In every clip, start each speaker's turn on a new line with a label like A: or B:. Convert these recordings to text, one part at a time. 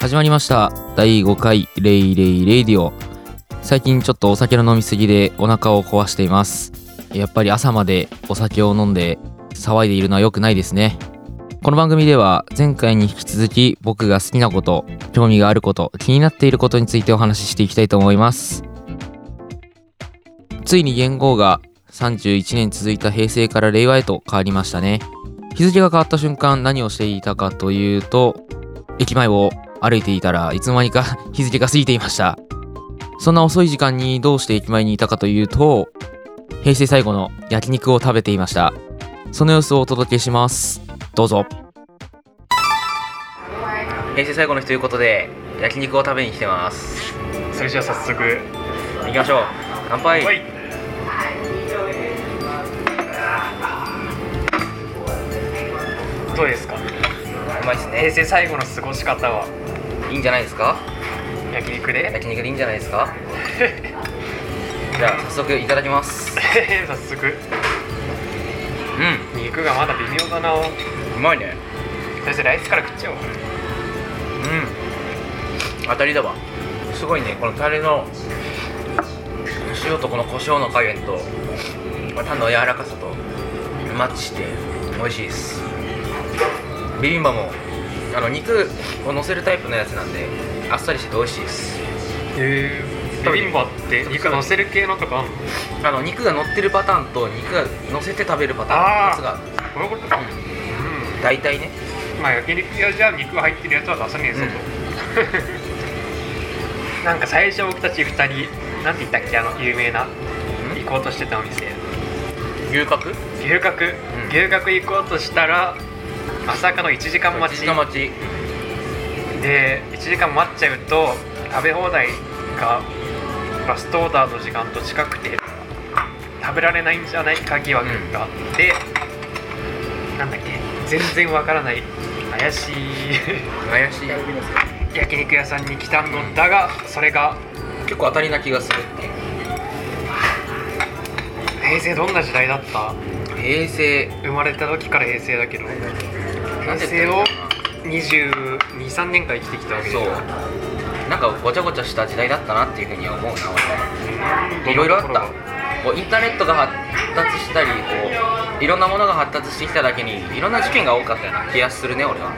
A: 始まりました第5回レイレイレイディオ最近ちょっとお酒の飲みすぎでお腹を壊していますやっぱり朝までお酒を飲んで騒いでいるのは良くないですねこの番組では前回に引き続き僕が好きなこと興味があること気になっていることについてお話ししていきたいと思いますついに元号が31年続いた平成から令和へと変わりましたね日付が変わった瞬間何をしていたかというと駅前を歩いていたらいつの間にか 日付が過ぎていましたそんな遅い時間にどうして駅前にいたかというと平成最後の焼肉を食べていましたその様子をお届けしますどうぞ平成最後の日ということで焼肉を食べに来てます
B: それじゃあ早速
A: 行きましょう乾杯
B: はいどうですか
A: うまいです
B: 平成最後の過ごし方はい
A: いんじゃないですか
B: 焼肉で
A: 焼肉でいいんじゃないです かじゃあ早速いただきます
B: 早速
A: う
B: 肉がまだ微妙だな
A: うまいね
B: 先生ライスから食っちゃおう
A: うん当たりだわすごいねこのタレの塩とこの胡椒の加減とまあタンの柔らかさとマッチして美味しいですビビンバもあの肉を乗せるタイプのやつなんであっさりしてて美味しいです
B: へえビビンバって肉乗せる系のとかあんの
A: あの肉が乗ってるパターンと肉が乗せて食べるパターンのやつが
B: こういうことかうん
A: 大体ね
B: まあ焼肉屋じゃ肉が入ってるやつは出さねえぞと、なんか最初僕たち2人なんて言ったっけあの有名な行こうとしてたお店
A: 牛角
B: 牛角、
A: ん
B: 牛角行こうとしたらまさかの1時間待ち
A: の町
B: で1時間待っちゃうと食べ放題がラストオーダーの時間と近くて食べられないんじゃないか疑惑があって、なんだっけ全然わからない怪しい
A: 怪しい
B: 焼肉屋さんに来たのだがそれが
A: 結構当たりな気がするっていう
B: 平成どんな時代だった
A: 平成
B: 生まれた時から平成だけど
A: なん
B: 平
A: で
B: 成を223年間生きてきたわけで
A: そうなんかごちゃごちゃした時代だったなっていうふうには思うな俺いろいろあったこうインターネットが発達したりこういろんなものが発達してきただけにいろんな事件が多かったような気がするね俺は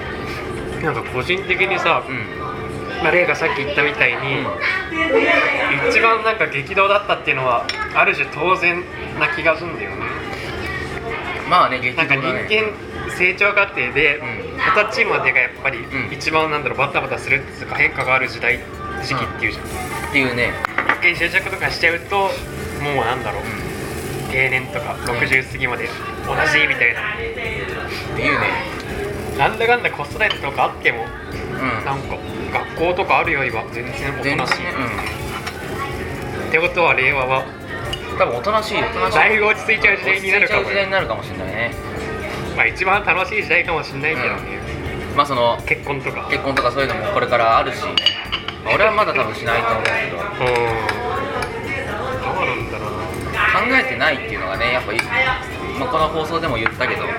B: なんか個人的にさ
A: う、ん
B: まあ、レイがさっき言ったみたいに、一番なんか激動だったっていうのはある種当然な気がするんだよね
A: まあね激
B: なんか
A: 動
B: 人
A: だ
B: 間
A: ね
B: 成長過程で
A: うん
B: 二十歳までがやっぱり
A: うん
B: 一番なんだろうバタバタするっていうか変化がある時代時期っていうじゃん
A: っていうね、
B: 一回就職とかしちゃうともうなんだろう
A: うん、っ
B: 定年とか60過ぎまで同じみたいな
A: ていうね
B: なんだかんだ子育てとかあっても
A: うん
B: なんか学校とかあるよりは全然おと
A: 全
B: な
A: 然
B: しい、ってことは令和は
A: うん多分おとなしいおとなしい
B: だいぶ落ち着いちゃう時代になるか
A: 落ち着いちゃう
B: も
A: 時
B: ね
A: 代になるかもしれないね
B: まあ一番楽しい時代かもしんないけどね、
A: まあその
B: 結婚とか
A: 結婚とかそういうのもこれからあるし俺はまだ多分しないと思うけど
B: うんどうなんだろう
A: 考えてないっていうのがねやっぱり、まあ、この放送でも言ったけど、
B: ま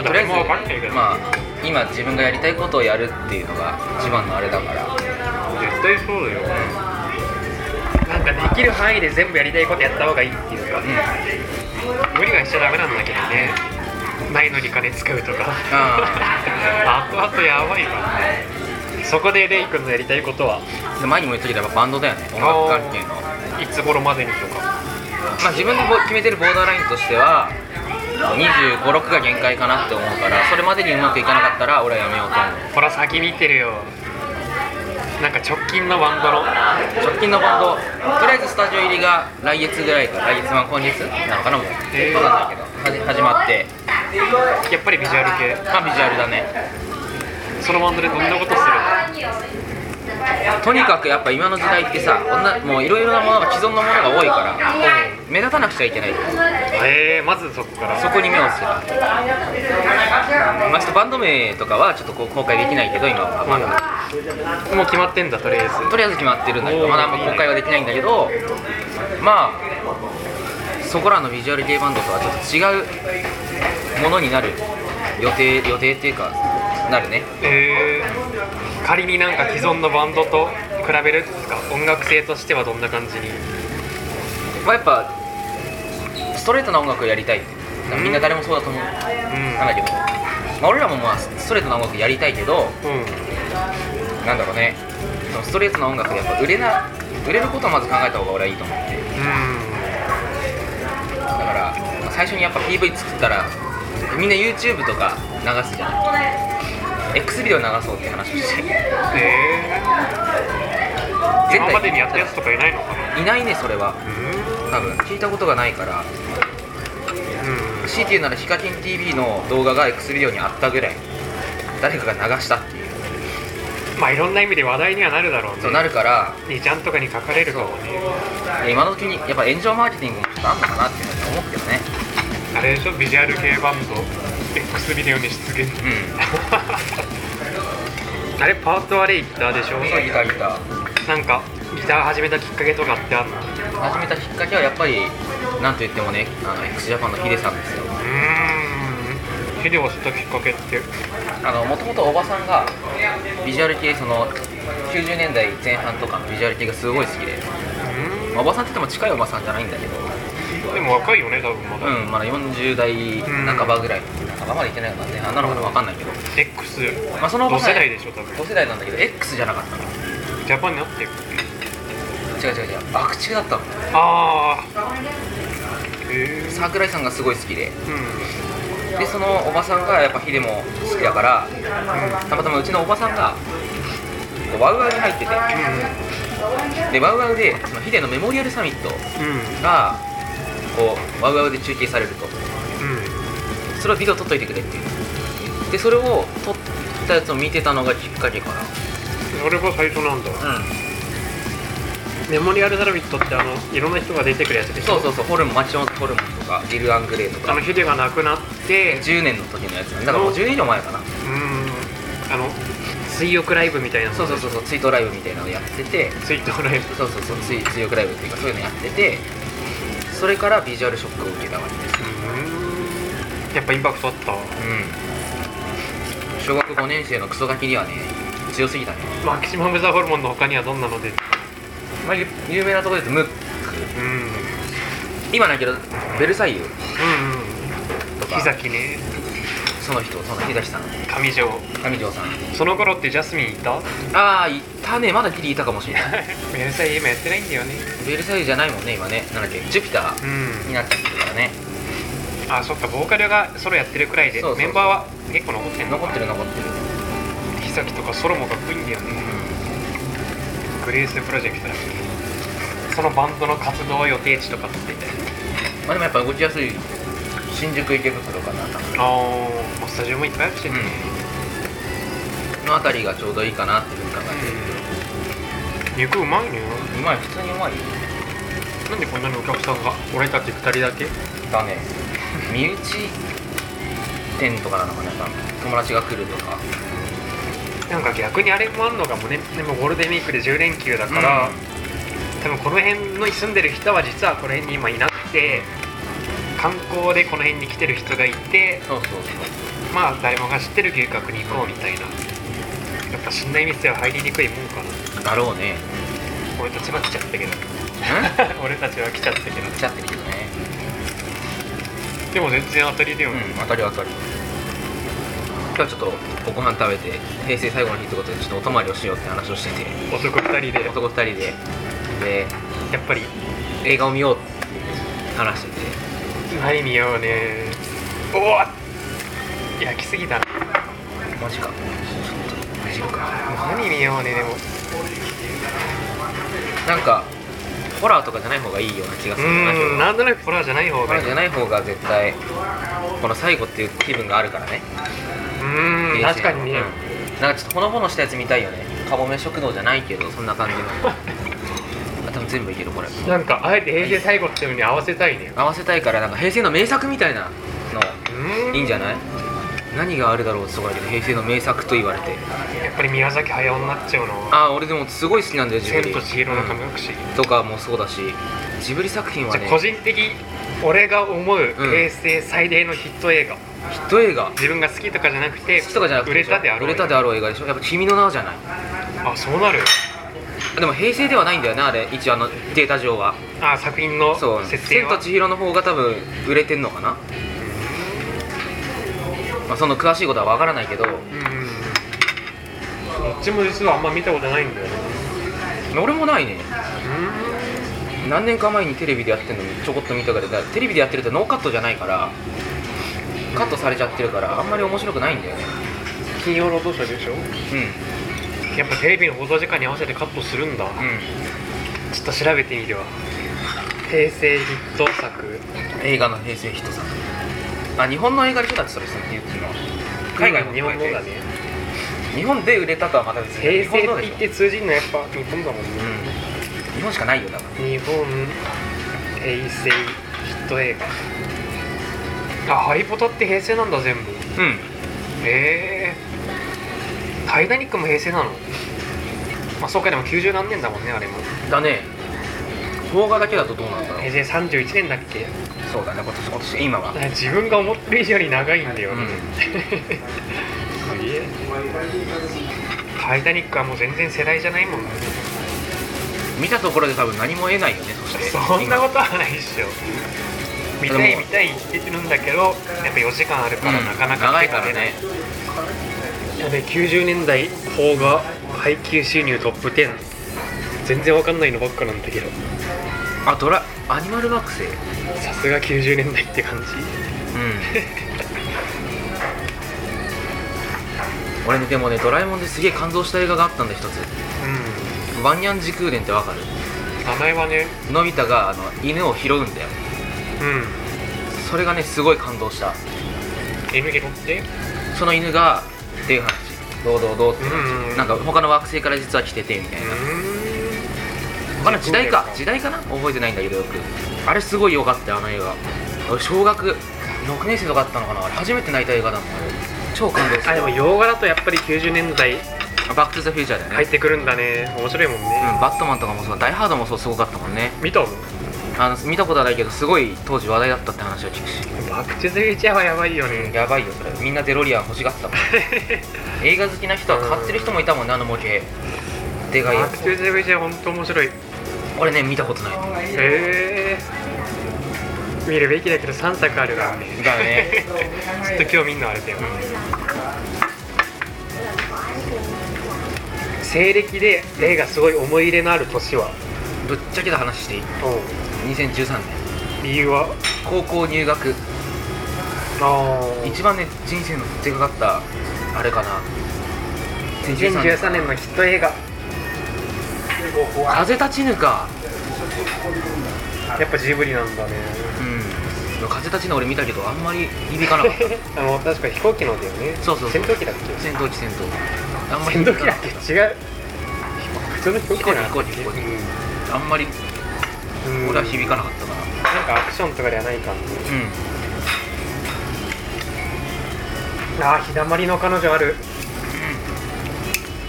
B: あ
A: とりあ
B: 誰
A: えず
B: もわかんないけど
A: まあ、今自分がやりたいことをやるっていうのが一番のあれだから
B: な絶対そうだよなんかできる範囲で全部やりたいことやった方がいいっていうか、
A: うん
B: 無理はしちゃダメなんだけどねないのに金使うとか あとあとやばいわそこでレイ君のやりたいことは
A: で前にも言ったけどやっぱバンドだよね音楽関係の
B: いつ頃までにとか
A: まあ、自分でぼ決めてるボーダーラインとしては2 5 6が限界かなって思うからそれまでにうまくいかなかったら俺はやめようと
B: ほら先見てるよなんか直近のバンドの
A: 思う直近のバンドとりあえずスタジオ入りが来月ぐらいから来月は今月なのかなもう
B: へー
A: 分かんないけどはじ始まって
B: やっぱりビジュアル系
A: まあビジュアルだね
B: そのバンドでどんなことする
A: とにかくやっぱ今の時代ってさ女もういろいろなものが既存のものが多いから目立たなくちゃいけない
B: のえー、まずそこから
A: そこに目をつけたまあ、ちょっとバンド名とかはちょっとこう公開できないけど今は
B: まだもう決まってんだとりあえず
A: とりあえず決まってるんだけどまだあんま公開はできないんだけどまあそこらのビジュアル系バンドとはちょっと違うものになる予定予定っていうかなるね
B: えー仮になんか既存のバンドと比べるんですか音楽性としてはどんな感じに
A: まあやっぱストレートな音楽をやりたいみんな誰もそうだと思うなん
B: うん
A: だけど、まあ、俺らもまあストレートな音楽やりたいけど
B: うん
A: なんだろうねそのストレートな音楽でやっぱ売れな売れることをまず考えた方が俺はいいと思ってだから最初にやっぱ PV 作ったらみんな YouTube とか流すじゃない X ビデオ流そうって話をして
B: うんえー、
A: 絶
B: 今まで
A: 対
B: にやったやつとかいないのかない
A: ないねそれは
B: うん
A: 多分聞いたことがないから
B: う
A: CT ならヒカキン TV の動画が X ビデオにあったぐらい誰かが流したっていうん
B: まあいろんな意味で話題にはなるだろうね
A: そうなるから
B: 2ちゃんとかに書かれるかもね
A: 今の時にやっぱ炎上マーケティングもちょっとあんのかなっていうのは思うけどね
B: あれでしょビジュアル系バンド X ビデオに 出現
A: う
B: あれパートあれギターでしょ
A: んそうギターギター
B: なんかギター始めたきっかけとかってあんのう
A: 始めたきっかけはやっぱりなんといってもねあの x ジャパンのヒデさんですよ
B: ーんヒデを知ったきっかけって
A: あのもともとおばさんがビジュアル系その90年代前半とかのビジュアル系がすごい好きで、
B: う
A: まあおばさんって言っても近いおばさんじゃないんだけど
B: んでも若いよね多分まだ、
A: うんまだ40代半ばぐらい半ばまでいけないかな前半なのかな分かんないけど、
B: X
A: まあ、そのお
B: 同
A: ばさん
B: 世代でしょ多分
A: 同世代なんだけど X じゃなかったの
B: ジャパンになってる
A: 違う違う違う爆竹だったの
B: ああへえ
A: 桜井さんがすごい好きで
B: うん
A: でそのおばさんがやっぱヒデも好きだから、たまたまうちのおばさんがこうワウワウに入っててでワウワウでそのヒデのメモリアルサミット
B: うんうん
A: がこうワウワウで中継されると
B: うん
A: それをビデオ撮っといてくれっていうでそれを撮ったやつを見てたのがきっかけか
B: それが最初なんだ
A: なうん
B: メモリアルサラビットってあのいろんな人が出てくるやつでし
A: そ
B: ょ
A: うそうそうホルモンマチオンホルモンとかリル・アングレイと
B: あ
A: か
B: のヒデが亡くなって
A: 10年の時のやつだからもう10年以上前かな
B: うんあの水浴ライブみたいな
A: そうそうそうそうツイートライブみたいなのやってて
B: 水遁ライブ
A: そうそうそうツイ強くライブっていうかそういうのやっててそれからビジュアルショックを受けたわけです
B: うんやっぱインパクトあった
A: うん小学5年生のクソガキにはね強すぎたね、
B: マキシマム・ザ・ホルモンの他にはどんなので
A: まあ、ゆ有名なところですムック
B: うんうん
A: 今だけどベルサイユ
B: うん
A: とか
B: 木崎ね
A: その人その日崎さん
B: 上条
A: 上条さん
B: その頃ってジャスミンい た
A: ああいたねまだギリいたかもしれない
B: メルサイユ今やってないんだよね
A: ベルサイユじゃないもんね今ねなんだっけジュピター
B: うん
A: になっちゃってるからね
B: あそっかボーカルがソロやってるくらいで
A: そうそうそう
B: メンバーは結構残ってんの
A: 残ってる残ってる
B: 木崎とかソロもかっこいいんだよねグレースプロジェクトだっけそのバンドの活動予定地とかって
A: まあでもやっぱ動きやすい新宿池袋かな多分
B: ああスタジオもいっぱいあるしね、
A: の辺りがちょうどいいかなっていうふうに考えて
B: 肉うまいね
A: るうまい普通にうまいよ
B: なんでこんなにお客さんが俺たち2人だけ
A: だね身内店とかなのかなやっぱ友達が来るとか
B: なんか逆にあれもあるのかもねでもゴールデンウィークで10連休だから、
A: うん
B: 多分この辺の住んでる人は実はこの辺に今いなくて観光でこの辺に来てる人がいて
A: そうそうそう
B: まあ誰もが知ってる牛角に行こうみたいなやっぱ死んない店は入りにくいもんかな
A: だろうね
B: 俺たちは来ちゃったけど
A: ん
B: 俺たちは来ちゃったけど
A: 来ちゃってるけどね
B: でも全然当たりだよ
A: う
B: ね、
A: ん当たり当たり今日ちょっとおご飯食べて平成最後の日ってことでちょっとお泊まりをしようって話をしてて
B: 男2人でや
A: 男2人でで
B: っぱり
A: 映画を見ようって話してて
B: 何見ようねおわっ焼きすぎたな
A: マジかちょっと無事か
B: 何見ようねでも
A: なんかホラーとかじゃない方がいいような気が
B: う
A: するな
B: ーんなんとなくホラーじゃない方
A: ホ
B: が
A: ラ
B: い
A: ー
B: い
A: じゃない方が絶対この最後っていう気分があるからね
B: うーん確かにね、
A: うんなんかちょっとほのぼのしたやつ見たいよねかもめ食堂じゃないけどそんな感じの あ多分全部いけるこれ
B: なんかあえて平成最後っていうのに合わせたいね
A: 合わせたいからなんか平成の名作みたいな
B: うー
A: の
B: ん
A: いいんじゃない何があるだろうってとこだけど平成の名作と言われて
B: やっぱり宮崎駿になっちゃうの
A: ああ俺でもすごい好きなんだよジブ
B: 千
A: リ
B: と千尋の神
A: う
B: 隠し、
A: んとかもそうだしジブリ作品は
B: じゃ
A: ね
B: あ個人的俺が思う
A: うん
B: 平成最大のヒット映画、
A: ヒット映画
B: 自分が好きとかじゃなくて
A: 好きとかじゃなくて
B: 売れたであろう
A: 売れたであろう映画でしょやっぱ君の名はじゃない
B: あそうなる
A: でも平成ではないんだよねあれ一応あのデータ上は
B: あ作品の
A: そう「
B: 設定
A: 千と
B: は
A: 千尋」の方が多分売れてんのかな、まあ、その詳しいことは分からないけど
B: うんうんうんどっちも実はあんま見たことないんだよね
A: 俺もないね
B: う
A: 何年か前にテレビでやってるのにちょこっと見たけどだからテレビでやってるとノーカットじゃないからカットされちゃってるからあんまり面白くないんだよね
B: ん金曜ロードショーでしょ
A: うん
B: やっぱテレビの放送時間に合わせてカットするんだ、
A: う
B: ちょっと調べてみるわ平成ヒット作
A: ん映画の平成ヒット作あ日本の映画でしょだってそれさっき言ってたのは海外も
B: 日本のだね
A: 日本で売れたとはまた別に
B: 平成
A: 日本の
B: っ
A: でしょ
B: て言って通じるのはやっぱ日本だもんね、
A: うん日本しかないよだから
B: 日本平成ヒット映画あハリポタって平成なんだ全部
A: うん
B: へえタイタニックも平成なのまあそうかでも90何年だもんねあれも
A: だね邦画だけだとどうなんだろう
B: 平成31年だっけ
A: そうだね今年今年今は
B: 自分が思ってる以上に長いんだよ、
A: う ん
B: すげえタイタニックはもう全然世代じゃないもんね
A: 見たところで多分何も得ないよねそして
B: そんなことはないっしょ見た
A: で
B: い
A: も
B: 見たい言ってるんだけどやっぱ4時間あるから
A: うん
B: なかなか
A: 長いからね
B: やべ90年代邦画配給収入トップ10全然わかんないのばっかなんだけど
A: あドラアニマル惑星うん
B: さすが90年代って感じ
A: 俺ねでもねドラえもんですげえ感動した映画があったんだ一つ
B: う
A: ワンニャン時空伝ってわかる
B: ん名前はね
A: のび太があの犬を拾うんだよ
B: う
A: それがねすごい感動した
B: ん犬拾って
A: その犬がっていう話どうどうどうって
B: うんうんうん
A: なんか他の惑星から実は来ててみたいなあの時代か時代かな覚えてないんだけどよくあれすごい良かったよあの映画俺小学6年生とかだったのかなあれ初めて泣いた映画だもんあれ超感動した
B: あでも洋画だとやっぱり90年代
A: バック・トゥ・ザ・フューチャーだよね、
B: 入ってくるんだね面白いもんね、
A: うん、バットマンとかもそうダイ・ハードもそうすごかったもんね
B: 見たもん
A: あの見たことはないけどすごい当時話題だったって話を聞くし
B: バクチューズフューチャーはやばいよね
A: やばいよそれみんなデロリアン欲しがってたもん映画好きな人は買ってる人もいたもんねあの模型でかいや
B: バ
A: つ
B: クチューズフューチャーほんと面白いへ
A: 俺ね見たことないの
B: え見るべきだけど3作あるからね
A: だよね
B: ちょっと今日みんなあれだよ、西暦で霊がすごい思い入れのある年は、
A: ぶっちゃけた話していい2013年
B: 理由は
A: 高校入学
B: あ
A: 一番ね人生のでかかったあれかな
B: 2013年のヒット映画
A: 風立ちぬか
B: やっぱジブリなんだね
A: うん風立ちぬ俺見たけどあんまり響かなかった
B: あの確か飛行機のだよね
A: そうそうそう
B: 戦闘機だっけ
A: 戦闘機戦闘機あんまり
B: 戦闘機
A: か
B: だ
A: な
B: っ
A: か
B: け
A: っ
B: 違う普通の飛行機じゃな
A: 飛行機飛行機飛行
B: う
A: たあんまり
B: んうん
A: 俺は響かなかったかな
B: なんかアクションとかではない感じ
A: う
B: ああ日だまりの彼女ある
A: ん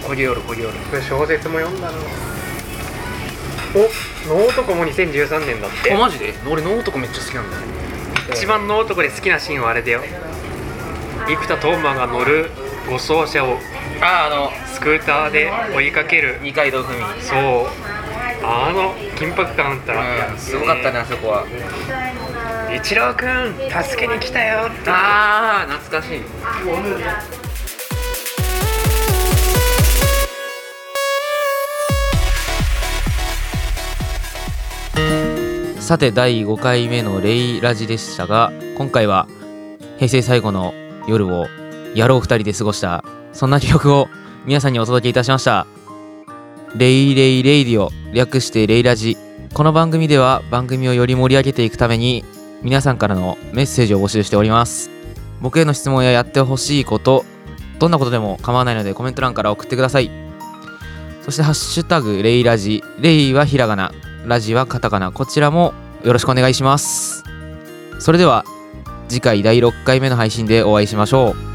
A: こぎおるこぎおる
B: これ小説も読んだなお能男も2013年だっ
A: お
B: て
A: マジで俺能男めっちゃ好きなんだよ
B: 一番能男で好きなシーンはあれだよ生田斗真が乗る護送車を
A: あああの
B: スクーターで追いかける
A: 二階堂ふみ
B: そうあの緊迫感あったら、
A: うんすごかったねあそこは
B: 一郎くん助けに来たよって
A: ああ懐かしい
C: さて第5回目のレイラジでしたが今回は平成最後の夜を野郎二人で過ごしたそんな記憶を皆さんにお届けいたしましたレイレイレイディオ略してレイラジこの番組では番組をより盛り上げていくために皆さんからのメッセージを募集しております僕への質問ややってほしいことどんなことでも構わないのでコメント欄から送ってくださいそして「ハッシュタグレイラジ」レイはひらがなラジはカタカナこちらもよろしくお願いしますそれでは次回第6回目の配信でお会いしましょう